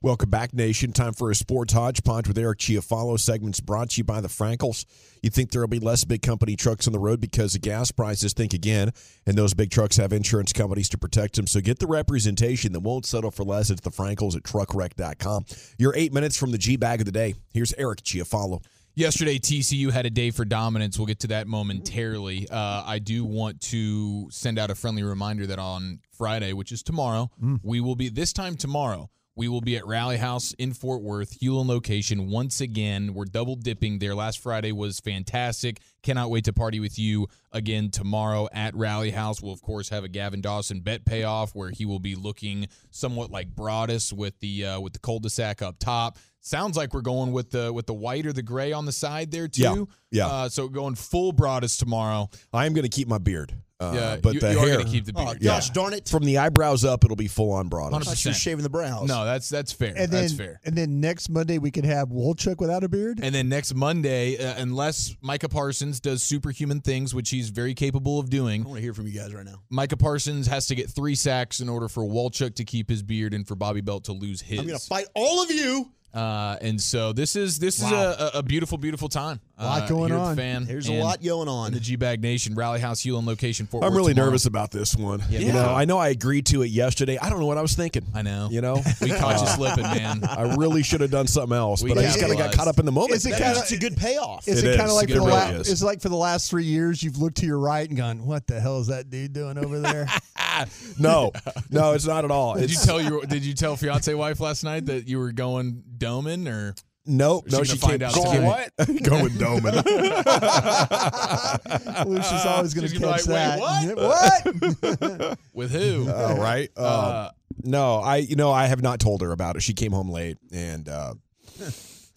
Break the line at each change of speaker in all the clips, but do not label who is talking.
Welcome back, Nation. Time for a sports hodgepodge with Eric Chiafalo. Segments brought to you by the Frankels. You think there will be less big company trucks on the road because of gas prices? Think again. And those big trucks have insurance companies to protect them. So get the representation that won't settle for less. It's the Frankels at truckwreck.com. You're eight minutes from the G bag of the day. Here's Eric Chiafalo.
Yesterday, TCU had a day for dominance. We'll get to that momentarily. Uh, I do want to send out a friendly reminder that on Friday, which is tomorrow, we will be this time tomorrow. We will be at Rally House in Fort Worth, Hewlin location once again. We're double dipping there. Last Friday was fantastic. Cannot wait to party with you again tomorrow at Rally House. We'll of course have a Gavin Dawson bet payoff where he will be looking somewhat like Broadus with the uh, with the cul-de-sac up top. Sounds like we're going with the with the white or the gray on the side there too.
Yeah, yeah.
Uh, so going full Broadus tomorrow.
I am going to keep my beard. Uh,
Yeah,
but
you-
the
you are
hair.
gonna keep the
Oh,
beard.
Yeah.
gosh darn it.
From the eyebrows up, it'll be full on broad.
100%.
I thought you were shaving the brows.
No, that's that's fair.
And then,
that's fair.
And then next Monday we could have Wolchuk without a beard.
And then next Monday, uh, unless Micah Parsons does superhuman things, which he's very capable of doing,
I want to hear from you guys right now.
Micah Parsons has to get three sacks in order for Walchuk to keep his beard and for Bobby Belt to lose his.
I'm going to fight all of you.
Uh, and so this is this
Wow.
is a- a, a beautiful, beautiful time.
A lot
uh,
going
here at
on.
The fan
There's a
and-
lot going on.
and the G Bag Nation Rally House Hewlin location. Fort
I'm
Worth
really
tomorrow.
nervous about this one. You know, I know I agreed to it yesterday. I don't know what I was thinking.
I know.
You know,
we caught you slipping, man.
I really should have done something else,
We
but I just kind of got
capitalized.
caught up in the moment.
Is it
That
kinda-
just-
It's a good payoff. Is
It
it, kind
is.
of like
It
for the
really
la-
is.
is. it like for the last three years you've looked to your right and gone, what the hell is that dude doing over there?
no, no, it's not at all.
Did you
It's
tell your Did you tell fiance wife last night that you were going doming or?
nope.
Is
No,
she
she
gonna
can't.
find out
she
today?
can't- Going doming.
Lucius always going to
She's
catch
gonna be
that.
like, "Wait,
What?
With who?
All
Oh,
right. Um,
Uh,
no, I. You know, I have not told her about it. She came home late, and uh,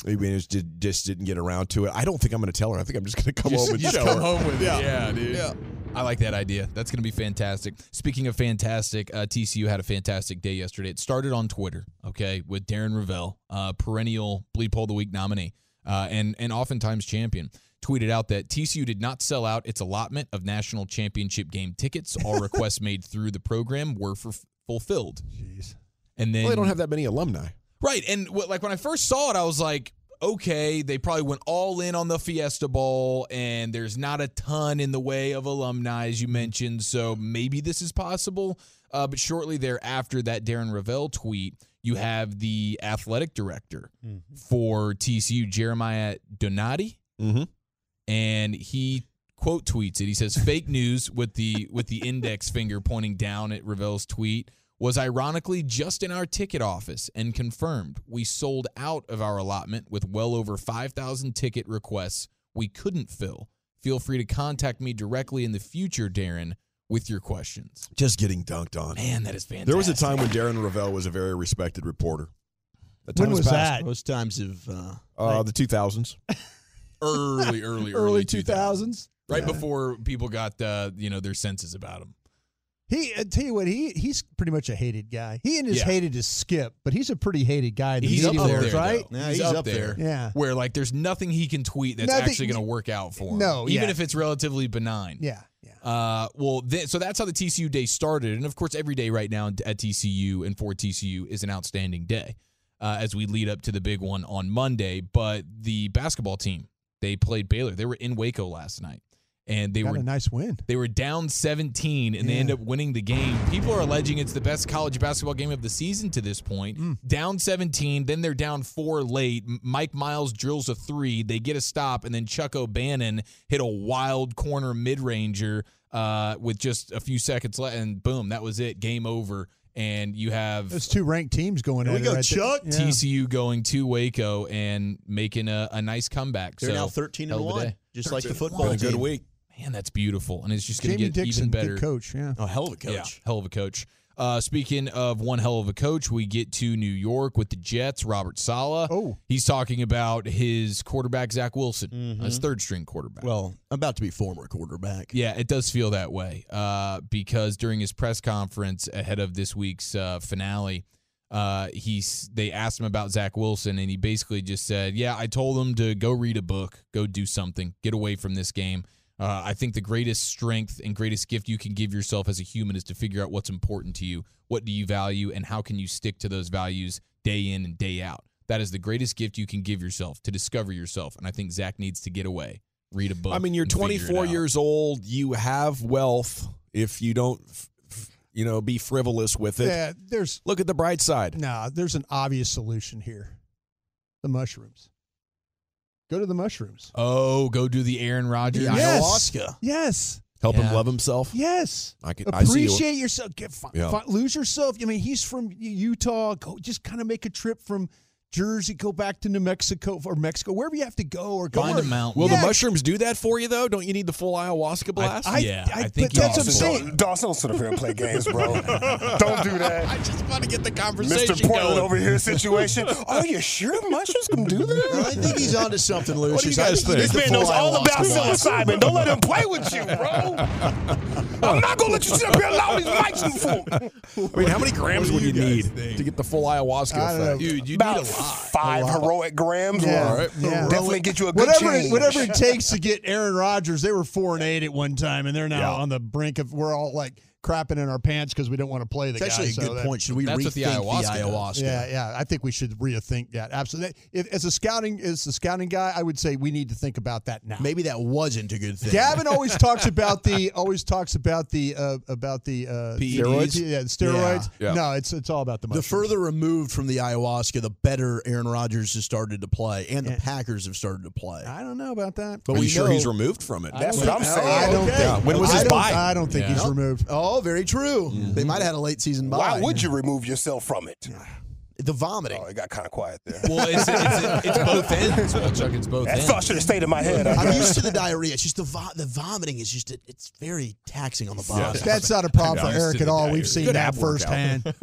I mean, just, did- just didn't get around to it. I don't think I'm going to tell her. I think I'm just going to come
Just-
home and
just
show
come
her.
home with it. Yeah, dude. I like that idea. That's going to be fantastic. Speaking of fantastic, uh, TCU had a fantastic day yesterday. It started on Twitter, okay, with Darren Ravel, uh, perennial Bleep Hole of the Week nominee uh, and, and oftentimes champion, tweeted out that TCU did not sell out its allotment of national championship game tickets. All requests made through the program were for, fulfilled.
Jeez.
And then
Well, they don't have that many alumni.
Right. And what, like when I first saw it, I was like, okay, they probably went all in on the Fiesta Bowl, and there's not a ton in the way of alumni, as you mentioned. So maybe this is possible. Uh, but shortly thereafter, that Darren Ravel tweet, you have the athletic director for TCU, Jeremiah Donati
Mm-hmm.
and he quote tweets it. He says, "Fake news with the with the index finger pointing down at Ravel's tweet was ironically just in our ticket office and confirmed we sold out of our allotment with well over 5,000 ticket requests we couldn't fill. Feel free to contact me directly in the future, Darren, with your questions."
Just getting dunked on.
Man, that is fantastic.
There was a time when Darren Ravel was a very respected reporter. That
When
time has
was
passed.
that? Most times of uh,
Uh, the 2000s.
early, early,
early
early
2000s.
right before people got uh, you know their senses about him.
He, I tell you what, he he's pretty much a hated guy. He and his
Yeah.
hated is Skip, but he's a pretty hated guy. in the
He's up
media
there,
world, right?
though. He's up there.
Yeah,
where like there's nothing he can tweet that's
Nothing-
actually going to work out for him.
No,
even
yeah.
if it's relatively benign.
yeah, yeah.
Uh, well, th- so that's how the TCU day started, and of course, every day right now at TCU and for TCU is an outstanding day uh, as we lead up to the big one on Monday. But the basketball team they played Baylor. They were in Waco last night, and they
Got
were
a nice win.
they were down 17 and they
Yeah.
end up winning the game. People are alleging it's the best college basketball game of the season to this point.
Mm.
Down 17, then they're down four late. M- Mike Miles drills a three. They get a stop, and then Chuck O'Bannon hit a wild corner mid ranger uh, with just a few seconds left, and boom, that was it. Game over. and you have
There's two ranked teams going
Here
at
we
it
go,
right there.
Chuck.
Yeah.
TCU going to Waco and making a, a nice comeback.
They're
so
now 13 and
hell of a
1,
day.
just like the
Been
football
a good
team.
week.
man, that's beautiful, and it's just going to
Jamie
get
Dixon,
even better.
good coach. Yeah.
Oh, hell of a coach.
Yeah, hell of a coach. Uh, speaking of one hell of a coach, we get to New York with the Jets. Robert Sala.
Oh.
he's talking about his quarterback Zach Wilson, his third string quarterback.
Well, about to be former quarterback.
Yeah, it does feel that way uh, because during his press conference ahead of this week's uh, finale, uh, he's they asked him about Zach Wilson, and he basically just said, "Yeah, I told him to go read a book, go do something, get away from this game." Uh, I think the greatest strength and greatest gift you can give yourself as a human is to figure out what's important to you, what do you value, and how can you stick to those values day in and day out. That is the greatest gift you can give yourself to discover yourself, and I think Zach needs to get away, read a book.
I mean, you're
and figure it
24
out.
years old. You have wealth. If you don't, f- f- you know, be frivolous with it.
yeah. There's
Look at the bright side.
nah. There's an obvious solution here. The mushrooms. Go to the mushrooms.
Oh, go do the Aaron Rodgers.
Yeah. Yes. Yes.
Help him
Yeah.
love himself.
Yes.
I can. I see. You.
Appreciate yourself. Get, fi-
Yeah.
fi- lose yourself. I mean, he's from Utah. Go, just kind of make a trip from Jersey. Go back to New Mexico or Mexico, wherever you have to go, or go
Find
where-
a mountain.
Will
Yeah.
the mushrooms do that for you though? Don't you need the full ayahuasca blast?
I- Yeah, I
but
think
that's
you
what I'm
also
saying.
Dawson, don't sit up here and play games, bro. don't do that.
just want to get the conversation
Mr. Portland over here situation. Are you sure mushrooms can do that?
I think he's onto something, Lucius.
What do you
I
guys
he
think?
This
needs the
man knows
full
all
ayahuasca
about
blast.
psilocybin. Don't let him play with you, bro. I'm not gonna let you sit up here and allow these mics you fool.
I mean, how many grams
What
would
do
you,
you
need
guys think?
to get the full ayahuasca
I don't
effect?
know.
Dude, you need a
About
lot.
five heroic grams will
Yeah. Yeah.
definitely get you a good
whatever it,
change.
whatever it takes to get Aaron Rodgers. They were four and eight at one time, and they're now
Yeah.
on the brink of. We're all like crapping in our pants because we don't want to play the
It's
guy.
actually
so
a good
that-
point. Should we
That's
rethink
what the ayahuasca does.
the ayahuasca?
Yeah, yeah. I think we should rethink that. Absolutely. If, as a scouting, as a scouting guy, I would say we need to think about that now.
Maybe that wasn't a good thing.
Gavin always talks about the always talks about the uh, about the uh,
Steroids?
Yeah, the steroids.
E Yeah. Yeah.
No, it's it's all about the
the
mushrooms.
further removed from the ayahuasca, the better Aaron Rodgers has started to play, and the Packers have started to play.
I don't know about that.
But
Are
we
you sure
know-
he's removed from it?
That's what I'm saying.
I don't
Okay.
think.
When was
I
his
don't-
bye?
I don't think
Yeah.
he's removed.
Oh, very true. They might have had a late season bye.
Why would you remove yourself from it?
The vomiting.
Oh, it got kind of quiet there.
Well, it's, it's, it's both ends. Well, Chuck, it's both
That
ends.
thought should have stayed in my head. I
I'm
guess.
used to the diarrhea. It's just the vo- the vomiting is just it, it's very taxing on the body.
That's not a problem
I'm
for
used
Eric
to
at
the
all.
diet.
We've seen
Good ab
that
workout.
firsthand.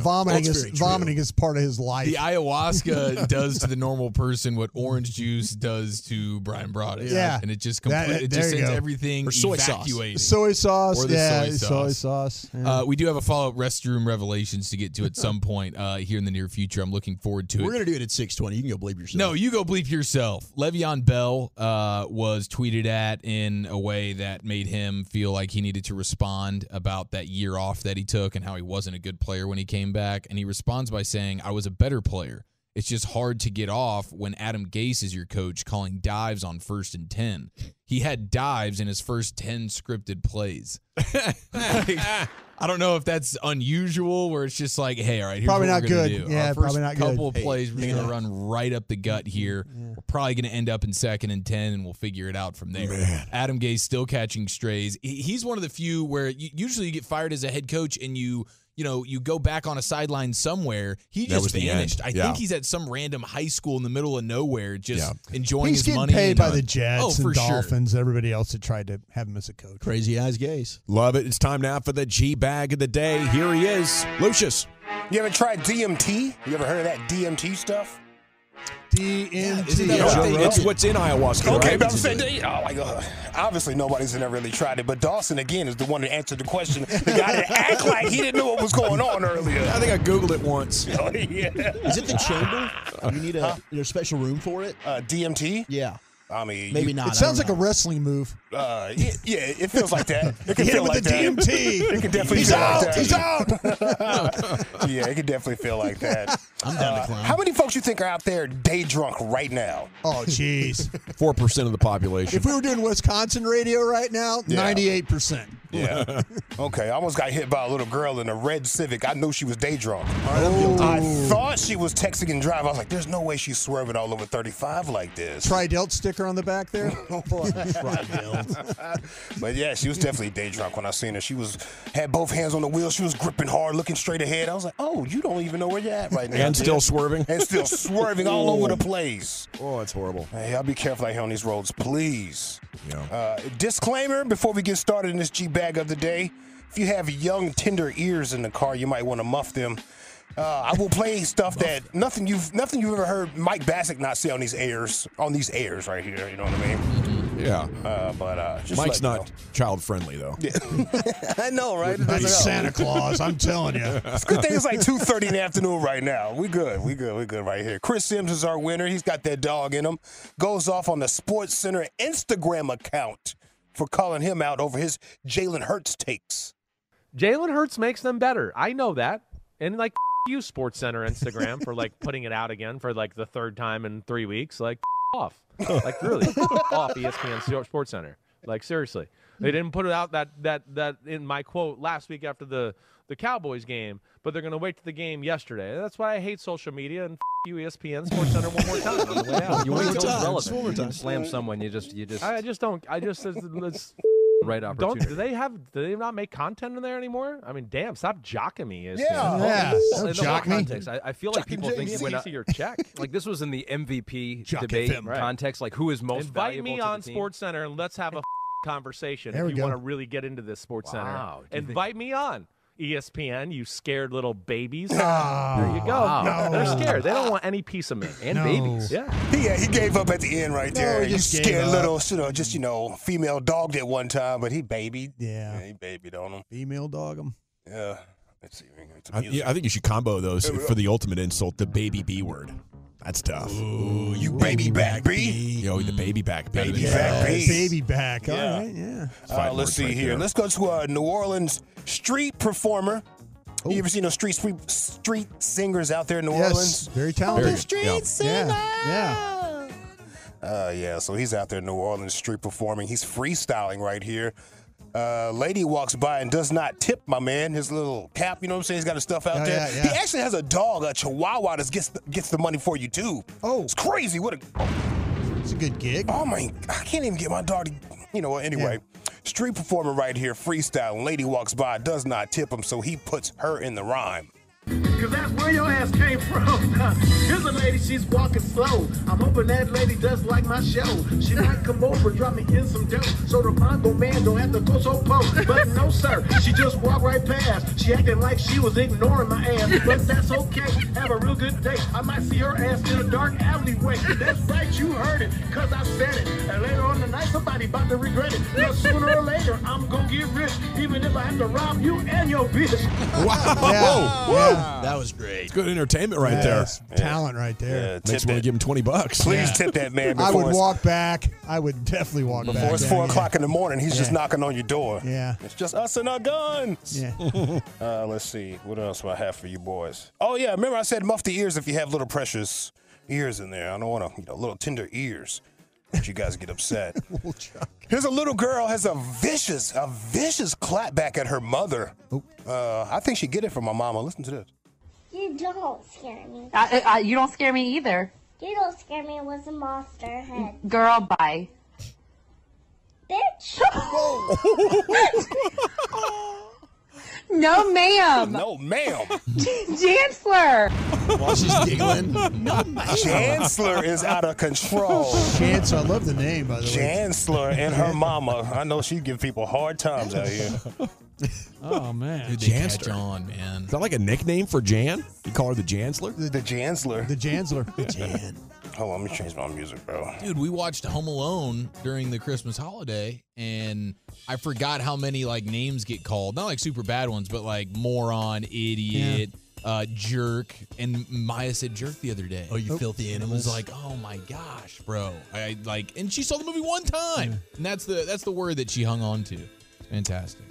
Vomiting
That's
is
very true.
vomiting is part of his life.
The ayahuasca does to the normal person what orange juice does to Brian Broaddus.
Yeah.
and it just
That-
complete, it
there
just
you
sends
go.
everything
Or soy sauce.
evacuating.
soy sauce,
Or the
yeah,
soy sauce.
soy sauce. yeah.
Uh, we do have a follow-up restroom revelations to get to at some point uh, here in the near future. I'm looking forward to it.
We're gonna do it at 6:20. You can go believe yourself.
No, you go bleep yourself. Le'Veon Bell uh, was tweeted at in a way that made him feel like he needed to respond about that year off that he took and how he wasn't a good player when he came back. And he responds by saying, I was a better player. It's just hard to get off when Adam Gase is your coach calling dives on first and 10. He had dives in his first 10 scripted plays. Like, I don't know if that's unusual, where it's just like, hey, all right, here's
Probably
what
not
we're gonna
good.
do.
Yeah,
Our first
probably not good.
couple of plays, we're just gonna run right up the gut here. We're probably gonna end up in second and ten, and we'll figure it out from there. Adam Gay's still catching strays. He- He's one of the few where you, usually you get fired as a head coach and you. You know, you go back on a sideline somewhere. He
That was
just
the end.
vanished. I
Yeah.
think he's at some random high school in the middle of nowhere, just
Yeah.
enjoying
He's
his
getting
money.
paid
and
by
done.
the Jets
Oh, for
and
sure.
Dolphins, everybody else that tried to have him as a coach.
crazy eyes gaze.
Love it. It's time now for the G bag of the day. Here he is, Lucius.
You ever tried DMT? You ever heard of that DMT stuff?
DMT.
that Yeah. what
Joe
they
Rogan. It's
did?
what's in ayahuasca.
Okay,
right?
but I'm saying, they- oh my god. Obviously, nobody's ever really tried it, but Dawson again is the one that answered the question. The guy that act like he didn't know what was going on
I
earlier.
think I googled it once.
Oh, yeah.
Is it the chamber? You need a there's a special room for it.
Uh, DMT?
Yeah,
I mean,
maybe
you-
not. I
It sounds like
don't
a
know.
wrestling move.
Uh, yeah, yeah, it feels like that. It can
Hit
feel
him
like
with the
that.
DMT.
It can definitely
He's
feel
out.
like that.
He's out.
Yeah, it can definitely feel like that.
I'm down to clown.
Uh, How many folks you think are out there day drunk right now?
Oh, jeez.
Four percent of the population.
if we were doing Wisconsin radio right now,
Yeah.
ninety-eight percent.
Yeah. okay. I almost got hit by a little girl in a red Civic. I knew she was day drunk. I thought she was texting and driving. I was like, there's no way she's swerving all over 35 like this.
Tridelt sticker on the back there.
Oh, But yeah, she was definitely day drunk when I seen her. She was had both hands on the wheel. She was gripping hard, looking straight ahead. I was like, "Oh, you don't even know where you're at right now."
And still
dude.
swerving?
and still swerving all over the place.
Oh, that's horrible.
Hey, y'all be careful out here on these roads, please.
Yeah.
Uh, disclaimer before we get started in this G bag of the day: if you have young tender ears in the car, you might want to muff them. Uh, I will play stuff that nothing you've nothing you've ever heard Mike Bassett not say on these airs on these airs right here. You know what I mean?
yeah.
Uh, but uh, just
Mike's
let you
not child friendly though.
know. I know, right? It doesn't help.
Santa Claus, I'm telling you.
It's a good thing it's like 2.30 in the afternoon right now. We good. We good. We good right here. Chris Sims is our winner. He's got that dog in him. Goes off on the Sports Center Instagram account for calling him out over his Jalen Hurts takes.
Jalen Hurts makes them better. I know that. And like f- you Sports Center Instagram for like putting it out again for like the third time in three weeks. Like f- off. Like really f- off E ESPN Stor- Sports Center. Like seriously. They didn't put it out that that that in my quote last week after the the Cowboys game, but they're gonna wait to the game yesterday. That's why I hate social media and f- you E ESPN Sports Center one more time on the way out.
You want to
Don't-
relevant. One more time. Slam someone. You just, you just.
I just don't. I just it's, it's
right
don't.
opportunity.
Do they have? Do they not make content in there anymore? I mean, damn! Stop jocking me. E ESPN.
Yeah.
In
Yeah. Don't
the whole
jock me.
context, I, I feel like people think
Jay-Z
when I,
to your check.
like this was in the MVP
Jock
debate
FM. Right.
context, like who is most
Invite
valuable
me
to
on
the team.
Sports Center and let's have a conversation
There
if
we
you
go.
want to really get into this Sports
Wow, do you
Center.
think-
Invite me on. E ESPN, you scared little babies. there you go.
Ah. Wow.
They're scared. They don't want any piece of me.
and
No.
babies.
Yeah.
He, yeah, he gave up at the end right there.
he just
you
gave
scared
up.
little, you know, just, you know, female dogged at one time, but he babied.
Yeah.
he babied on him.
Female dog him.
Yeah. Let's see. we can get some
I,
music.
yeah, I think you should combo those for the ultimate insult, the baby B word. That's tough.
Ooh, you baby back, B.
Yo, the baby back, baby.
Baby back, B.
Baby back.
Yeah.
All right, yeah.
Uh,
Five
let's
words
see
right
here.
there.
Let's go to a New Orleans street performer. You ever seen those street street, street singers out there in New
Yes.
Orleans?
Very talented.
streets.
Yeah. Yeah.
Uh, yeah, so he's out there in New Orleans street performing. He's freestyling right here. Uh, lady walks by and does not tip my man his little cap. You know what I'm saying? He's got his stuff out
Yeah,
there.
yeah,
He
yeah.
actually has a dog, a Chihuahua, that gets the, gets the money for you too.
Oh.
it's crazy! What a
It's a good gig.
Oh my, I can't even get my dog to, you know, anyway. Street performer right here, freestyle. Lady walks by, does not tip him, so he puts her in the rhyme.
Cause that's where your ass came from. Here's a lady, she's walking slow. I'm hoping that lady does like my show. She might come over, drop me in some dough. So the Bongo man don't have to go so close. But no, sir, she just walked right past. She acting like she was ignoring my ass. But that's okay, have a real good day. I might see her ass in a dark alleyway. That's right, you heard it, cause I said it. And later on tonight, somebody about to regret it. But sooner or later, I'm gonna get rich, even if I have to rob you and your bitch.
Wow.
Yeah.
Woo.
Yeah.
That was great.
Good entertainment right
That's talent right there.
Uh,
there. Makes
tip
me want to
that.
give him 20 bucks.
Please tip that man
I
before
would
it's,
walk back. I would definitely walk back.
before it's
Yeah,
four
yeah.
o'clock in the morning. He's just
Yeah.
knocking on your door.
Yeah.
It's just us and our guns.
Yeah.
Uh, let's see, what else do I have for you boys? Oh yeah, remember I said muff the ears if you have little precious ears in there. I don't want to, you know, little tender ears. But you guys get upset. Here's a little girl has a vicious, a vicious clap back at her mother.
Oh.
Uh, I think she get it from my mama. Listen to this.
You don't scare me.
I, I, you don't scare me either.
You don't scare me with a monster head.
Girl, bye.
Bitch!
No, ma'am.
No, ma'am.
Chancellor.
While she's giggling.
Chancellor is out of control.
Chance, I love the name, by the way.
Chancellor and her mama. I know she give people hard times out here.
Oh, man.
Dude, they catch on, man.
Is that like a nickname for Jan? You call her the Jansler?
The Chancellor.
The Jansler. The Jan.
Hold on, let me change my music, bro.
Dude, we watched Home Alone during the Christmas holiday, and I forgot how many like names get called. Not like super bad ones, but like moron, idiot, uh, jerk. And Maya said jerk the other day.
Oh, you filthy
And it was
animals.
like, oh my gosh, bro. I- I like, and she saw the movie one time, and that's the that's the word that she hung on to. Fantastic.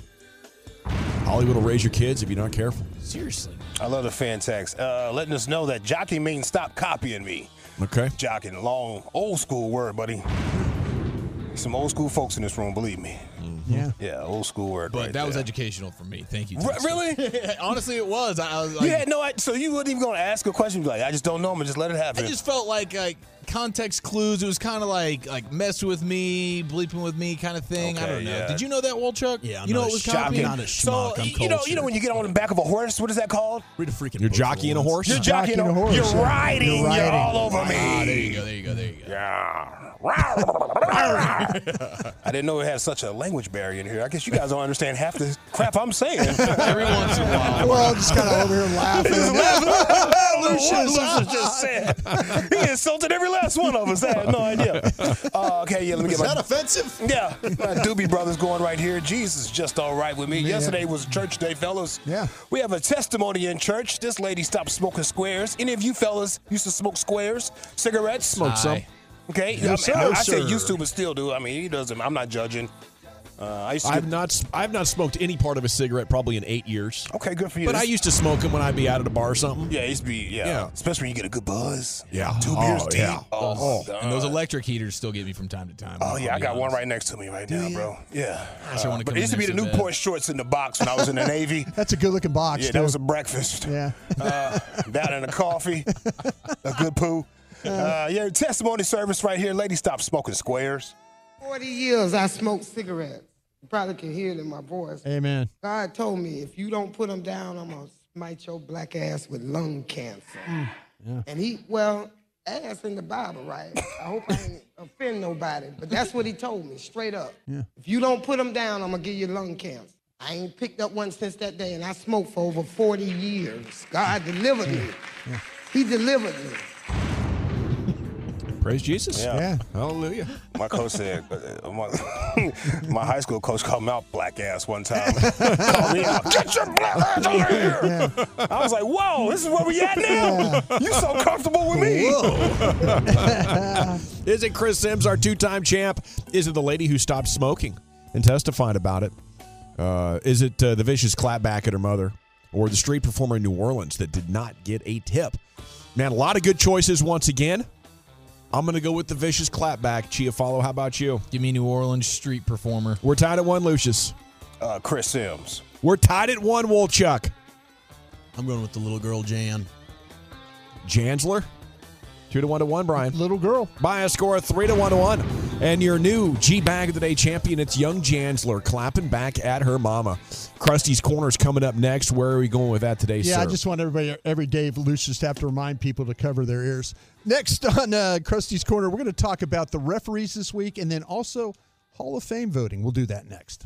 Hollywood will raise your kids if you're not careful.
Seriously,
I love the fan text. Uh, letting us know that jockey means stop copying me.
Okay.
Jocking, long, old school word, buddy. Some old school folks in this room, believe me.
Yeah.
Yeah, old school word.
But
right
that was
there.
educational for me. Thank you.
Re-
Tyson.
really?
Honestly, it was. I, I was
You
like,
had no idea. So you weren't even going to ask a question. You'd be Like, I just don't know him and just let it
I
happen.
just felt like like context clues. It was kind of like like mess with me, bleeping with me, kind of thing. I
Okay,
don't know.
yeah.
Did you know that Walchuk?
Yeah, I'm
you
not
know
a
it was
schmuck.
copying.
I'm not a
Oh,
So, schmuck. I'm Oh, you know- you know when you get on the back of a horse, what is that called?
Read a freaking
You're jockeying a horse?
You're jockeying a horse. You're
yeah.
riding. You're,
riding.
all over me.
Ah, there you go. There you go. There you go.
Yeah. I didn't know it had such a language barrier in here. I guess you guys don't understand half the crap I'm saying. Every
once in a while.
We're
all just kind of over here laughing.
Lucius just said. He insulted every last one of us. I had no idea. Uh, okay, yeah, let me
Was
get my.
that offensive?
Yeah, my Doobie Brothers going right here. Jesus is just all right with me. Yesterday was church day, fellas.
Yeah.
We have a testimony in church. This lady stopped smoking squares. Any of you fellas used to smoke squares, cigarettes?
Smoked some. Aye.
Okay.
Yes,
I, mean, I-
sir.
I say used to, but still do. I mean, he doesn't. I'm not judging. Uh, I used to.
I've not s- I've not smoked any part of a cigarette probably in eight years.
okay, good for you.
But I
This-
used to smoke them when I'd be out at a bar or something.
Yeah, it used to be. Yeah.
Yeah.
Especially when you get a good buzz.
Yeah.
Two
Oh,
beers deep.
yeah.
Oh, God.
And those electric heaters still get me from time to time.
Oh yeah, I got one
right.
right next to me right now, bro. Yeah.
Gosh, I wanna
but
come
it used to
in
be the
there so
Newport shorts in the box when I was in the Navy.
That's a good looking box.
Yeah,
too.
that was a breakfast.
yeah.
Uh, that and a coffee, a good poo. Uh, yeah, testimony service right here. Lady, stop smoking squares.
40 years I smoked cigarettes. You probably can hear it in my voice.
Amen.
God told me if you don't put them down, I'm going to smite your black ass with lung cancer.
Mm,
And he, well, ass in the Bible, right? I hope I didn't offend nobody, but that's what he told me straight up.
Yeah.
If you don't put them down, I'm going to give you lung cancer. I ain't picked up one since that day, and I smoked for over 40 years. God delivered me. He delivered me.
Praise Jesus.
Yeah. Yeah.
Hallelujah.
My coach said, uh, my, my high school coach called me out black ass one time. called me out, get your black ass over here. I was like, whoa, this is where we at now? You so comfortable with me.
Is it Chris Sims, our two-time champ? Is it the lady who stopped smoking and testified about it? Uh, is it uh, the vicious clapback at her mother, or the street performer in New Orleans that did not get a tip? Man, a lot of good choices once again. I'm going to go with the vicious clapback. Chia follow. How about you?
Give me New Orleans street performer.
We're tied at one, Lucius.
Uh, Chris Sims.
We're tied at one, Wolchuk.
I'm going with the little girl Jan.
Jansler. Two to one to one, Brian.
Little girl.
By a score of three to one to one. And your new G Bag of the Day champion, it's young Jansler clapping back at her mama. Krusty's Corner's coming up next. Where are we going with that today,
Yeah,
sir?
I just want everybody every day Lucius to have to remind people to cover their ears. Next on uh, Krusty's Corner, we're going to talk about the referees this week and then also Hall of Fame voting. We'll do that next.